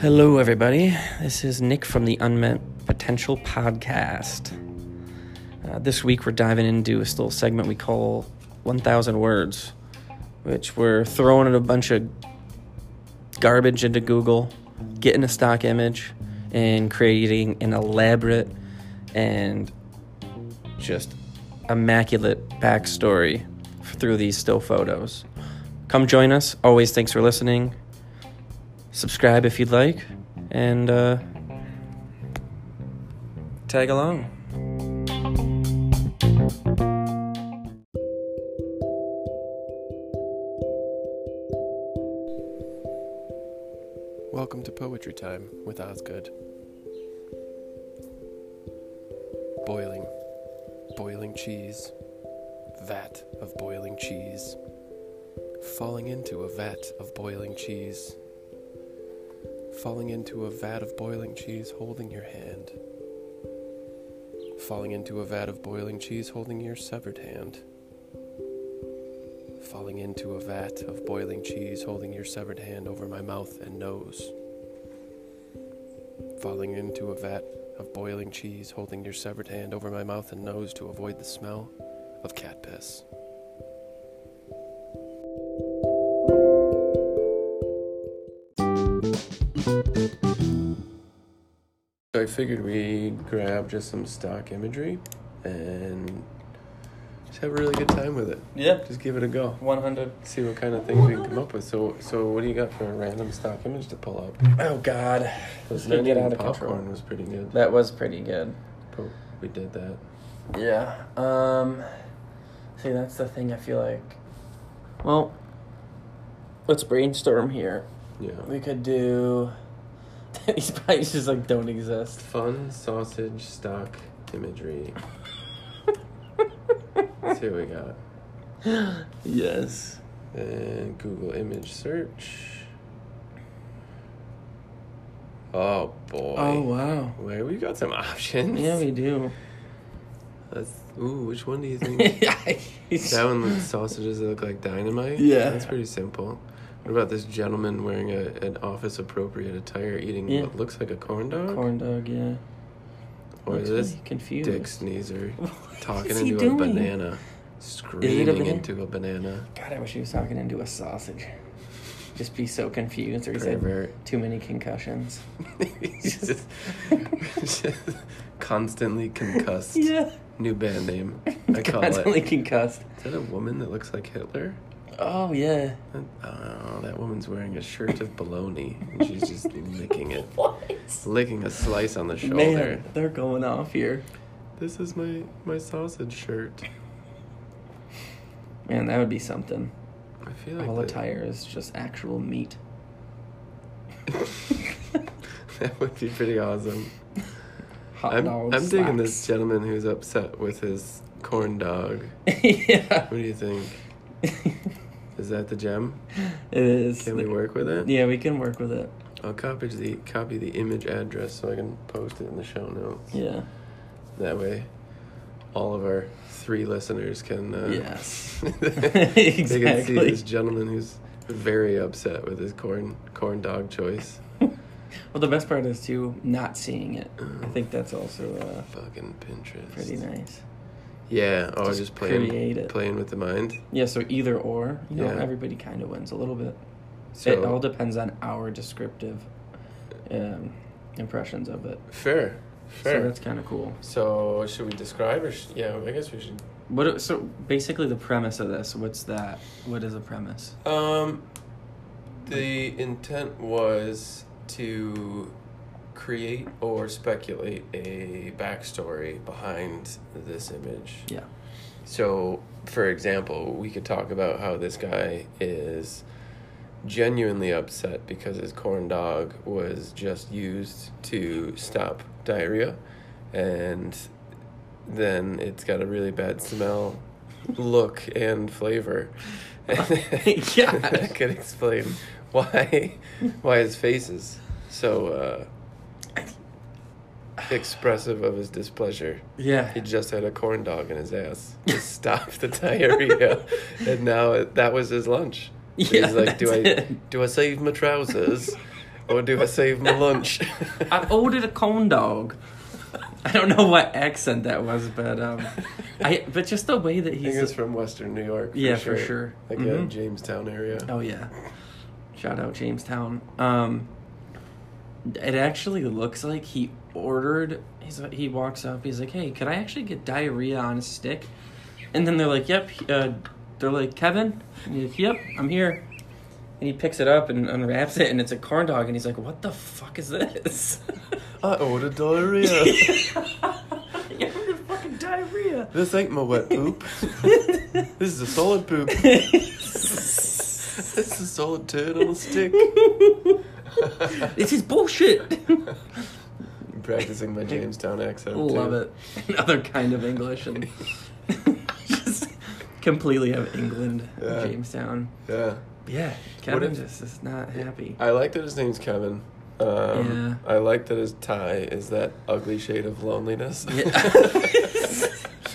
Hello, everybody. This is Nick from the Unmet Potential Podcast. Uh, this week, we're diving into this little segment we call 1000 Words, which we're throwing in a bunch of garbage into Google, getting a stock image, and creating an elaborate and just immaculate backstory through these still photos. Come join us. Always thanks for listening. Subscribe if you'd like, and uh, tag along. Welcome to Poetry Time with Osgood. Boiling, boiling cheese, vat of boiling cheese, falling into a vat of boiling cheese, falling into a vat of boiling cheese holding your hand, falling into a vat of boiling cheese holding your severed hand, falling into a vat of boiling cheese holding your severed hand over my mouth and nose falling into a vat of boiling cheese, holding your severed hand over my mouth and nose to avoid the smell of cat piss. I figured we'd grab just some stock imagery and just have a really good time with it. Yeah, Just give it a go. 100. See what kind of things we can come up with. So, so what do you got for a random stock image to pull up? Oh, God. Those Get onion out of popcorn control. was pretty good. That was pretty good. But we did that. Yeah. Um, see, that's the thing I feel like. Well, let's brainstorm here. Yeah. We could do. These probably just like don't exist. Fun sausage stock imagery. Let's see what we got. Yes. And Google image search. Oh boy. Oh wow. Where we got some options. Yeah, we do. Let's, ooh, which one do you think? that that one with sausages that look like dynamite. Yeah. that's pretty simple. What about this gentleman wearing a, an office appropriate attire eating Yeah. what looks like a corn dog? corn dog. Yeah. or Looks is this really confused. dick sneezer talking is he into doing? a banana, screaming banana? into a banana. God, I wish he was talking into a sausage. Just be so confused, or he's had Pervert. too many concussions. He's just, just constantly concussed. New band name. I call Constantly it. concussed. Is that a woman that looks like Hitler? Oh yeah. Oh, that woman's wearing a shirt of bologna. And she's just licking it, What? licking a slice on the shoulder. Man, they're going off here. This is my my sausage shirt. Man, that would be something. I feel like All that- attire is just actual meat. that would be pretty awesome. Hot I'm, dogs. I'm digging this gentleman who's upset with his corn dog. yeah. What do you think? Is that the gem? It is. Can we work with it? Yeah, we can work with it. I'll copy the copy the image address so I can post it in the show notes. Yeah. That way, all of our three listeners can uh, Yes. they can see Exactly. this gentleman who's very upset with his corn corn dog choice. Well, the best part is too not seeing it. I think that's also uh, Fucking Pinterest. pretty nice. Yeah. Oh, Just just, playing create it. playing with the mind. Yeah. So either or, you know, Yeah. everybody kind of wins a little bit. it So- all depends on our descriptive um, impressions of it. Fair. So Fair. that's kind of cool. So, should we describe or sh- yeah? I guess we should What? So basically, the premise of this. What's that? What is a premise? Um, the intent was to create or speculate a backstory behind this image. Yeah. So, for example, we could talk about how this guy is genuinely upset because his corn dog was just used to stop diarrhea, and then it's got a really bad smell, look, and flavor. Yeah. that could explain why why his face is so. Uh, expressive of his displeasure. Yeah. He just had a corn dog in his ass to stop the diarrhea, and now it, that was his lunch. And Yeah, he's like, do I that's it. do I save my trousers, or do I save my lunch? I've ordered a corn dog. oh, I don't know what accent that was, but um, I but just the way that I think he's it's from Western New York. Yeah, for sure. Like a Mhm. Jamestown area. Oh yeah. Shout out Jamestown. Um it actually looks like he ordered he's he walks up, he's like, "Hey, could I actually get diarrhea on a stick?" And then they're like, "Yep." Uh, they're like, "Kevin?" And he's like, "Yep, I'm here." And he picks it up and unwraps it and it's a corn dog and he's like, "What the fuck is this?" Oh, I ordered diarrhea. you ordered fucking diarrhea. this ain't my wet poop. This is a solid poop. This is a solid turd on a stick. this is bullshit. I'm practicing my Jamestown accent. Love too. it. Another kind of English and just completely of England, Yeah. Jamestown. Yeah. Yeah, What Kevin if- just is not happy. I like that his name's Kevin. Um, I like that his tie is that ugly shade of loneliness. Yeah.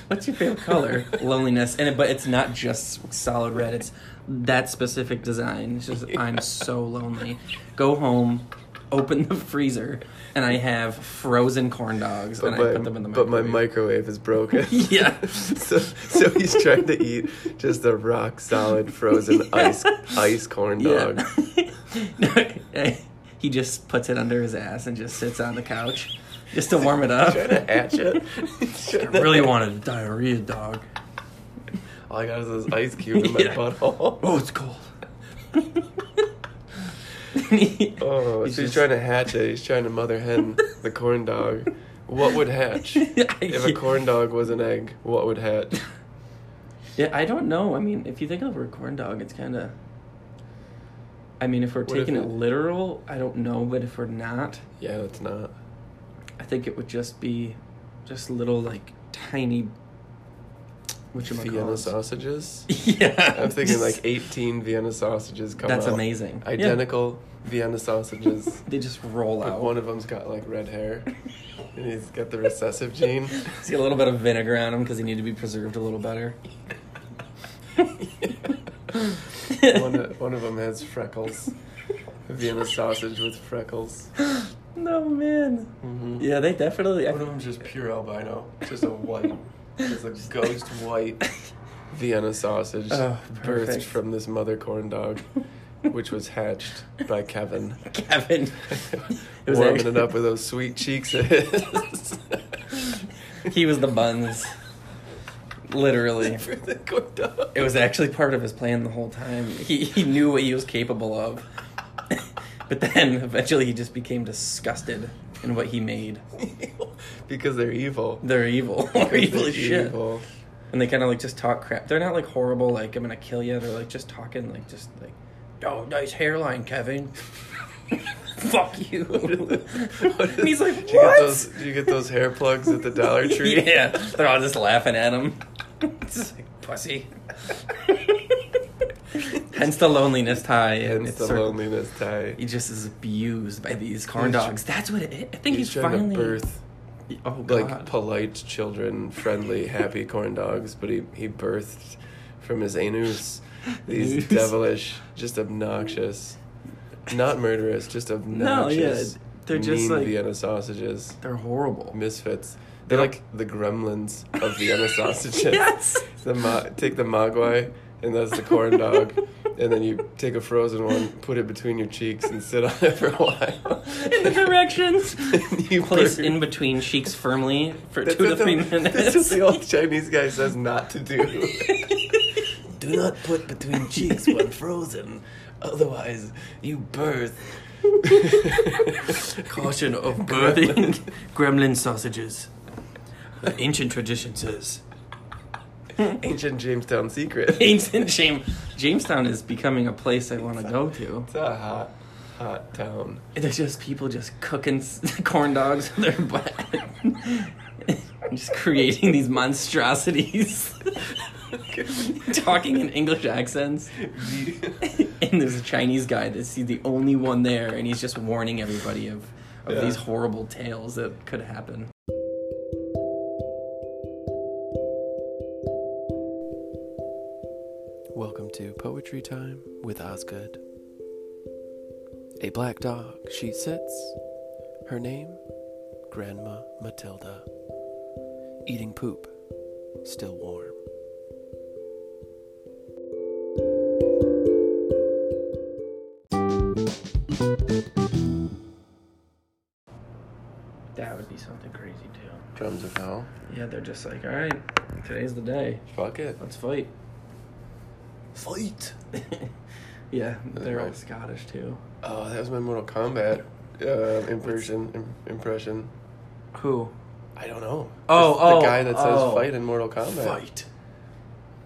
What's your favorite color? Loneliness, and it, but it's not just solid red. It's that specific design. It's just I'm so lonely. Go home, open the freezer, and I have frozen corn dogs, But and my, I put them in the but my microwave. microwave is broken. Yeah. so, so he's trying to eat just a rock solid frozen ice ice corn dog. Yeah. he just puts it under his ass and just sits on the couch just to warm it up. Trying to hatch it. Trying to really hatch- wanted a diarrhea dog. All I got is this ice cube in my Yeah. butthole. Oh, it's cold. Oh, so he's trying to hatch it. He's trying to mother hen the corn dog. What would hatch? If a corn dog was an egg, what would hatch? yeah, I don't know. I mean, if you think of the word corn dog, it's kind of. I mean, if we're What if taking it- it literal, I don't know. But if we're not, Yeah, that's not. I think it would just be, just little like tiny. Which Vienna sausages. Yeah, I'm thinking just- like 18 Vienna sausages come That's out. amazing. Yeah. Identical Vienna sausages. They just roll but out. one of them's got like red hair, and he's got the recessive gene. See a little bit of vinegar on them because they need to be preserved a little better. one, of, one of them has freckles. A Vienna sausage with freckles. No man. Mhm. Yeah, they definitely. I, One of them's just pure albino, just a white, just a ghost white Vienna sausage Oh, birthed perfect. from this mother corn dog, which was hatched by Kevin. Kevin. It was Warming actually- it up with those sweet cheeks of his. He was the buns. Literally, For the corn dog. it was actually part of his plan the whole time. He he knew what he was capable of, but then eventually he just became disgusted in what he made. because they're evil. They're evil. They're evil They're as shit. evil. and they kind of like just talk crap. They're not like horrible, like I'm gonna kill you. They're like just talking, like just like, oh, nice hairline, Kevin. Fuck you. and he's like, what? Did you get those? Did you get those hair plugs at the Dollar Tree? yeah, they're all just laughing at him. it's just like pussy. Hence the loneliness tie. And Hence it's the sort of- loneliness tie. He just is abused by these corn He's tr- dogs. That's what it is. I think he's, trying finally. to birth oh god. like polite children, friendly, happy corn dogs, but he he birthed from his anus these Anus. devilish, just obnoxious, not murderous, just obnoxious. they're just mean like- Vienna sausages. they're horrible. misfits. They're like the gremlins of Vienna sausages. Yes. The ma- take the mogwai, and that's the corn dog. and then you take a frozen one, put it between your cheeks, and sit on it for a while. In the directions. And you Place burn- in between cheeks firmly for That's two to what the- three minutes. That's what the old Chinese guy says not to do. do not put between cheeks when frozen, otherwise you birth. Caution of birthing gremlin sausages. The ancient tradition says. Ancient Jamestown secret. Ancient Jam- Jamestown is becoming a place I want to go to. It's a hot, hot town. There's just people just cooking s- corn dogs with their butt. And just creating these monstrosities. Talking in English accents. and there's a Chinese guy that's he's the only one there, and he's just warning everybody of of Yeah. these horrible tales that could happen. Welcome to Poetry Time with Osgood. A black dog, she sits. Her name, Grandma Matilda. Eating poop, still warm. That would be something crazy too. Drums of hell. Yeah, they're just like, all right, today's the day. Fuck it. Let's fight. Fight! yeah, they're all right. Scottish too. Oh, that was my Mortal Kombat uh, impression. Im- impression. Who? I don't know. Oh, It's oh, the guy that says oh. fight in Mortal Kombat.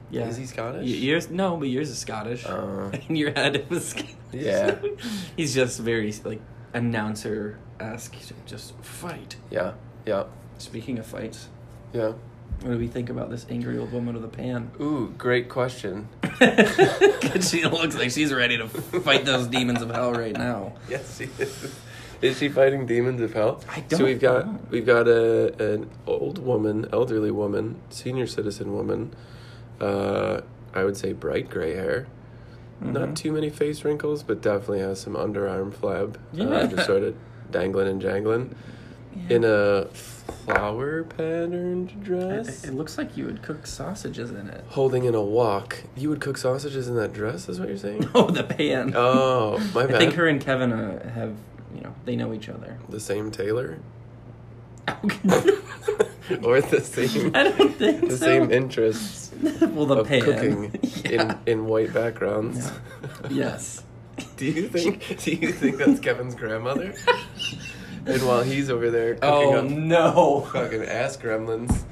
Yeah. Is he Scottish? Y- yours? No, but yours is Scottish. Uh, In your head, it was Scottish. Yeah. He's just very like announcer esque. Just fight. yeah, yeah, Speaking of fights, yeah. what do we think about this angry old woman with a pan? Ooh, great question. 'Cause she looks like she's ready to fight those demons of hell right now. Yes, she is. Is she fighting demons of hell? I So don't we've got know. we've got a an old woman, elderly woman, senior citizen woman. Uh, I would say bright gray hair. Not Mhm. too many face wrinkles, but definitely has some underarm flab. Yeah. Uh, just sort of dangling and jangling Yeah. in a flower patterned It- dress. It, it looks like you would cook sausages in it. Holding in a wok. You would cook sausages in that dress, is what you're saying? Oh, the pan. oh, my bad. I think her and Kevin uh, have, you know, they know each other. The same tailor? I or the same don't think the so. same interests well, the of pan. cooking Yeah. in, in white backgrounds. yes. do you think do you think that's Kevin's grandmother? and while he's over there cooking Oh up no. fucking ass gremlins,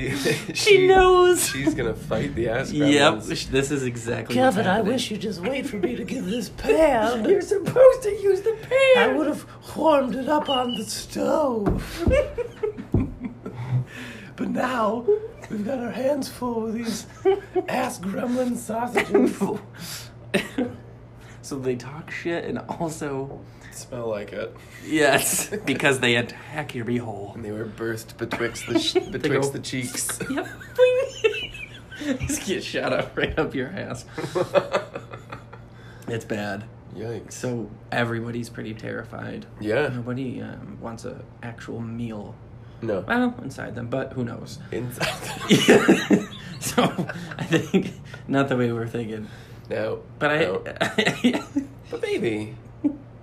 you, she, She knows. she's gonna fight the ass Yep, gremlins. sh- this is exactly. Kevin, I wish you'd just wait for me to give this Pan. You're pan. supposed to use the pan. I would have warmed it up on the stove. But now we've got our hands full with these ass gremlin sausages. so they talk shit and also Smell like it. yes, because they attack your beehole. And they were burst betwixt the sh- They go- betwixt the cheeks. Yep. Just get shot up right up your ass. It's bad. Yikes. So everybody's pretty terrified. yeah. Nobody um, wants a actual meal. No. Well, inside them, but who knows? Inside. so I think not the way we were thinking, no. but I, no. But maybe.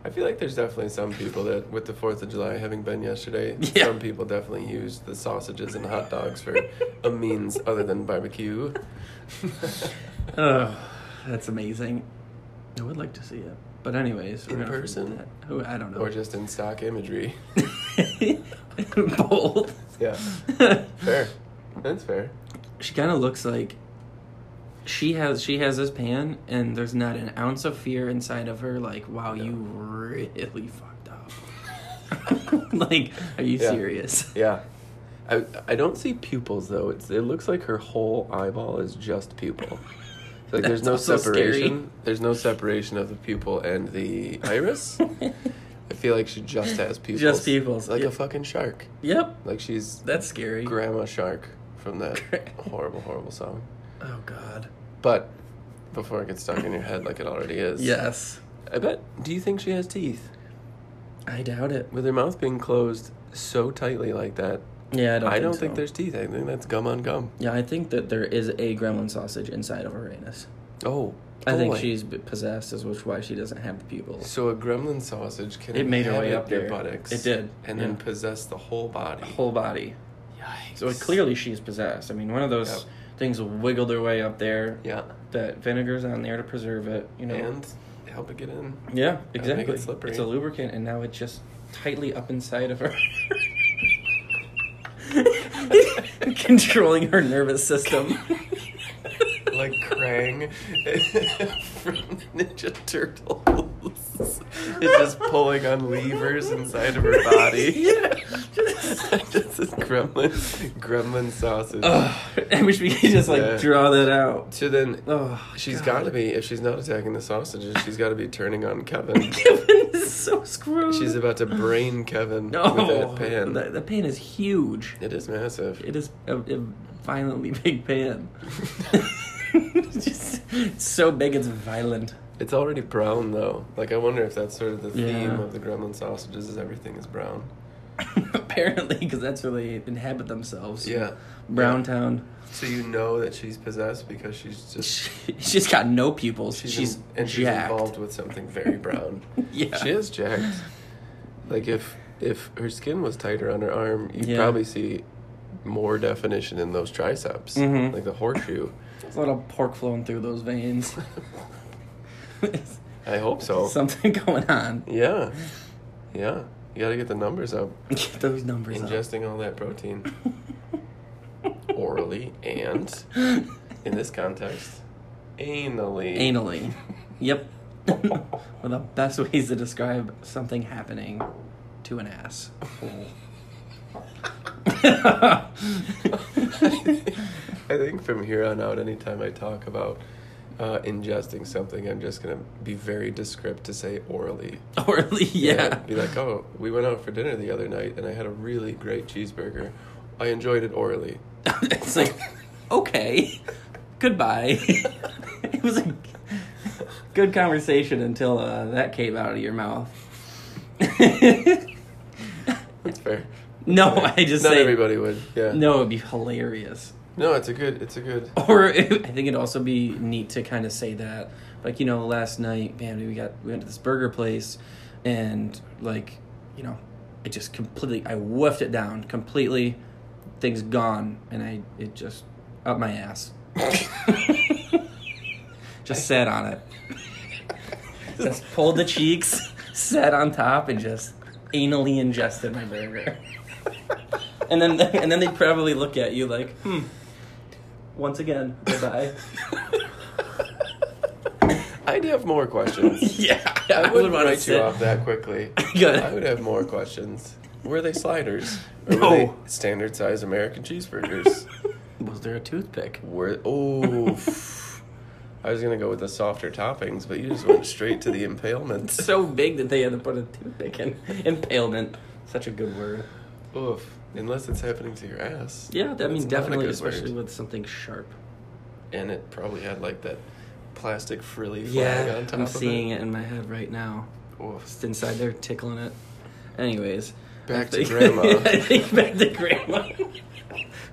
I feel like there's definitely some people that, with the 4th of July having been yesterday, Yeah. some people definitely use the sausages and hot dogs for a means other than barbecue. oh, that's amazing. I would like to see it, but anyways, we're In gonna forget person? that. Who I don't know. or just in stock imagery. bold. Yeah. Fair. That's fair. she kind of looks like she has she has this pan, and there's not an ounce of fear inside of her. Like, wow, you really fucked up. like, are you Yeah. serious? Yeah. I, I don't see pupils though. It's it looks like her whole eyeball is just pupil. It's Like there's no That's also scary. separation. There's no separation of the pupil and the iris. I feel like she just has pupils. Just pupils. Like Yeah. a fucking shark. Yep, Like she's that's scary. Grandma Shark from that Gra- horrible, horrible song. oh God. But before it gets stuck in your head like it already is. Yes, I bet do you think she has teeth? I doubt it. With her mouth being closed so tightly like that, Yeah, I don't. I think don't so. think there's teeth. I think that's gum on gum. Yeah, I think that there is a gremlin sausage inside of her anus. Oh, I think boy. she's b- possessed, is which why she doesn't have the pupils. So a gremlin sausage can It made her way inhabit up your there. buttocks. It did, and yeah. then possess the whole body. Whole body. Yikes! So clearly she's possessed. I mean, one of those Yep. things wiggled their way up there. yeah, That vinegar's on there to preserve it. You know. and help it get in. yeah, make exactly. it slippery. It's a lubricant, and now it's just tightly up inside of her. Controlling her nervous system. like Krang from Ninja Turtles. It's just pulling on levers inside of her body. just this gremlin, gremlin sausage. Ugh, I wish we could just like Yeah. draw that out. So then, Oh, she's God. got to be if she's not attacking the sausages, she's got to be turning on Kevin. Kevin is so screwed. She's about to brain Kevin no. with that pan. The, the pan is huge. It is massive. It is a, a violently big pan. it's just it's so big, it's violent. It's already brown though. Like I wonder if that's sort of the Yeah. theme of the gremlin sausages is everything is brown. Apparently, because that's where they inhabit themselves. Yeah. Brown Yeah. town. So you know that she's possessed because she's just She, she's got no pupils. she's, She's, in- and she's jacked. involved with something very brown. Yeah. She is jacked. Like if if her skin was tighter on her arm, you'd Yeah. probably see more definition in those triceps. Mhm. Like the horseshoe. There's a lot of pork flowing through those veins. I hope so. Something going on. yeah. Yeah. You gotta get the numbers up. Get those numbers up. Ingesting all that protein orally and in this context, anally. Anally. Yep. One of the best ways to describe something happening to an ass. I think from here on out, anytime I talk about uh, ingesting something, I'm just gonna be very descriptive to say orally. Orally, yeah. Be like, oh, we went out for dinner the other night, and I had a really great cheeseburger. I enjoyed it orally. it's like, okay, goodbye. it was a good conversation until uh, that came out of your mouth. That's fair. no, I just Not say everybody would. Yeah. no. It'd be hilarious. No, it's a good. It's a good. Or it, I think it'd also be neat to kind of say that, like you know, last night, man, we got we went to this burger place, and like, you know, I just completely I woofed it down completely, things gone, and I it just up my ass. just sat on it. just pulled the cheeks, sat on top, and just anally ingested my burger. And then and then they probably look at you like, hmm. Once again, goodbye. I'd have more questions. yeah, I wouldn't wanna write you sit- off that quickly. Good. I would have more questions. Were they sliders? Or No. Were they standard size American cheeseburgers? Was there a toothpick? Were oh. I was gonna go with the softer toppings, but you just went straight to the impalements. So big that they had to put a toothpick in. Impalement. Such a good word. Oof. Unless it's happening to your ass. Yeah, I It's mean, not a definitely, good especially word. with something sharp. And it probably had like that plastic frilly flag Yeah, on top I'm of seeing it in my head right now. Oof. Just inside there, tickling it. Anyways. Back to Think- grandma. I think back to grandma.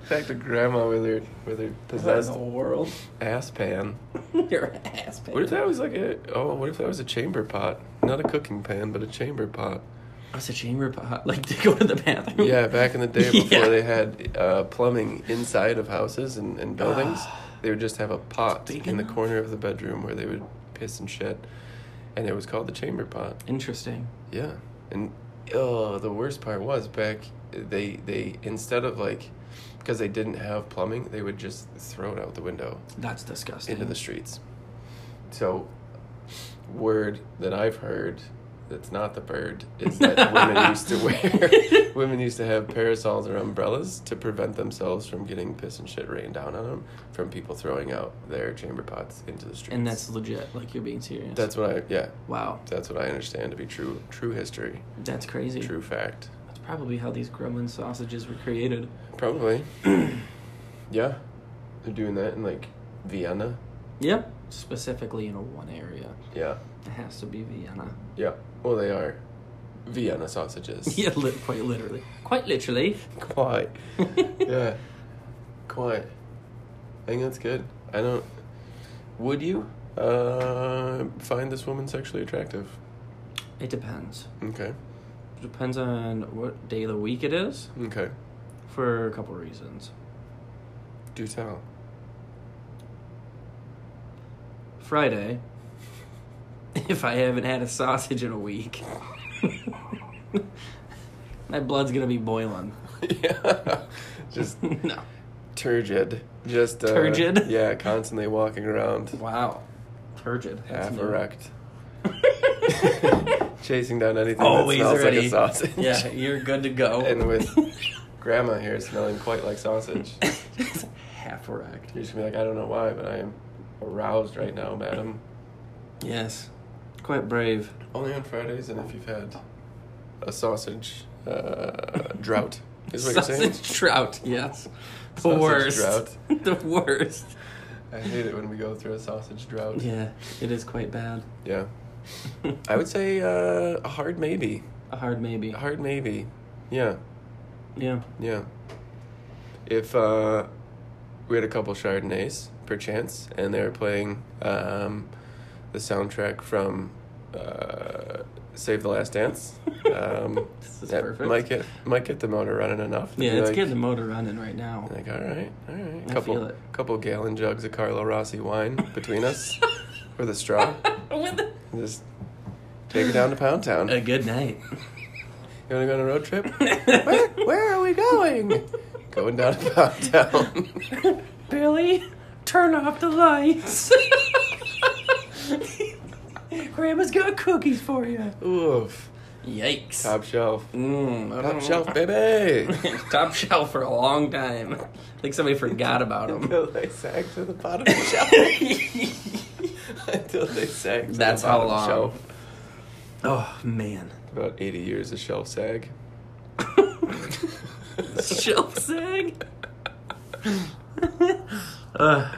Back to grandma with her with her That's possessed the world. ass pan. Your ass, What if baby. that was like a oh? What if that was a chamber pot? Not a cooking pan, but a chamber pot. That's a chamber pot. Like, to go to the bathroom. Yeah, back in the day before Yeah. they had uh, plumbing inside of houses and, and buildings, they would just have a pot big in the enough. corner of the bedroom where they would piss and shit, and it was called the chamber pot. Interesting. Yeah, and oh, the worst part was back they they instead of like because they didn't have plumbing, they would just throw it out the window That's disgusting. into the streets. So, word that I've heard that's not the bird is that women used to wear women used to have parasols or umbrellas to prevent themselves from getting piss and shit rained down on them from people throwing out their chamber pots into the streets. And that's legit. Like you're being serious. that's what I yeah wow. that's what I understand to be true true history That's crazy. true fact That's probably how these gremlin sausages were created. probably yeah they're doing that in like Vienna Yep. Specifically in a one area. yeah It has to be Vienna. yeah well they are Vienna sausages yeah, li- quite literally. Quite literally. Quite. yeah. Quite. I think that's good. I don't. Would you uh, find this woman sexually attractive? It depends. Okay. Depends on what day of the week it is Okay. for a couple reasons. Do tell. Friday, if I haven't had a sausage in a week, my blood's gonna be boiling. yeah. Just no. turgid. Just uh, Turgid? Yeah, constantly walking around, Wow. Turgid. That's half new. erect, chasing down anything Always that smells like ready. a sausage. Yeah, you're good to go. And with grandma here smelling quite like sausage. half erect. You're just gonna be like, I don't know why, but I am aroused right now, madam. Yes. quite brave. Only on Fridays and if you've had a sausage uh, drought. Is what Sausage you're saying? trout, yes. The Sausage worst. drought. the worst. I hate it when we go through a sausage drought. Yeah, it is quite bad. Yeah. I would say uh, a hard maybe. A hard maybe. A hard maybe. Yeah. Yeah. Yeah. If uh, we had a couple Chardonnays, perchance, and they were playing um, the soundtrack from uh, Save the Last Dance, um, This is that perfect. might get might get the motor running enough. to yeah, be let's like, get the motor running right now. Like all right, all right, I couple feel it. couple gallon jugs of Carlo Rossi wine between us with a straw, With a- just take her down to Pound Town. a Uh, good night. You want to go on a road trip? where, where are we going? going down to Pound Town. Billy, turn off the lights. Grandma's got cookies for you. Oof. Yikes. Top shelf. Mm, I Top don't shelf, know. baby. Top shelf for a long time. I think somebody forgot about them. Until they sag to the bottom shelf. Until they sag to That's the how bottom long. shelf. oh man. About 80 years of shelf sag. shelf sag. uh,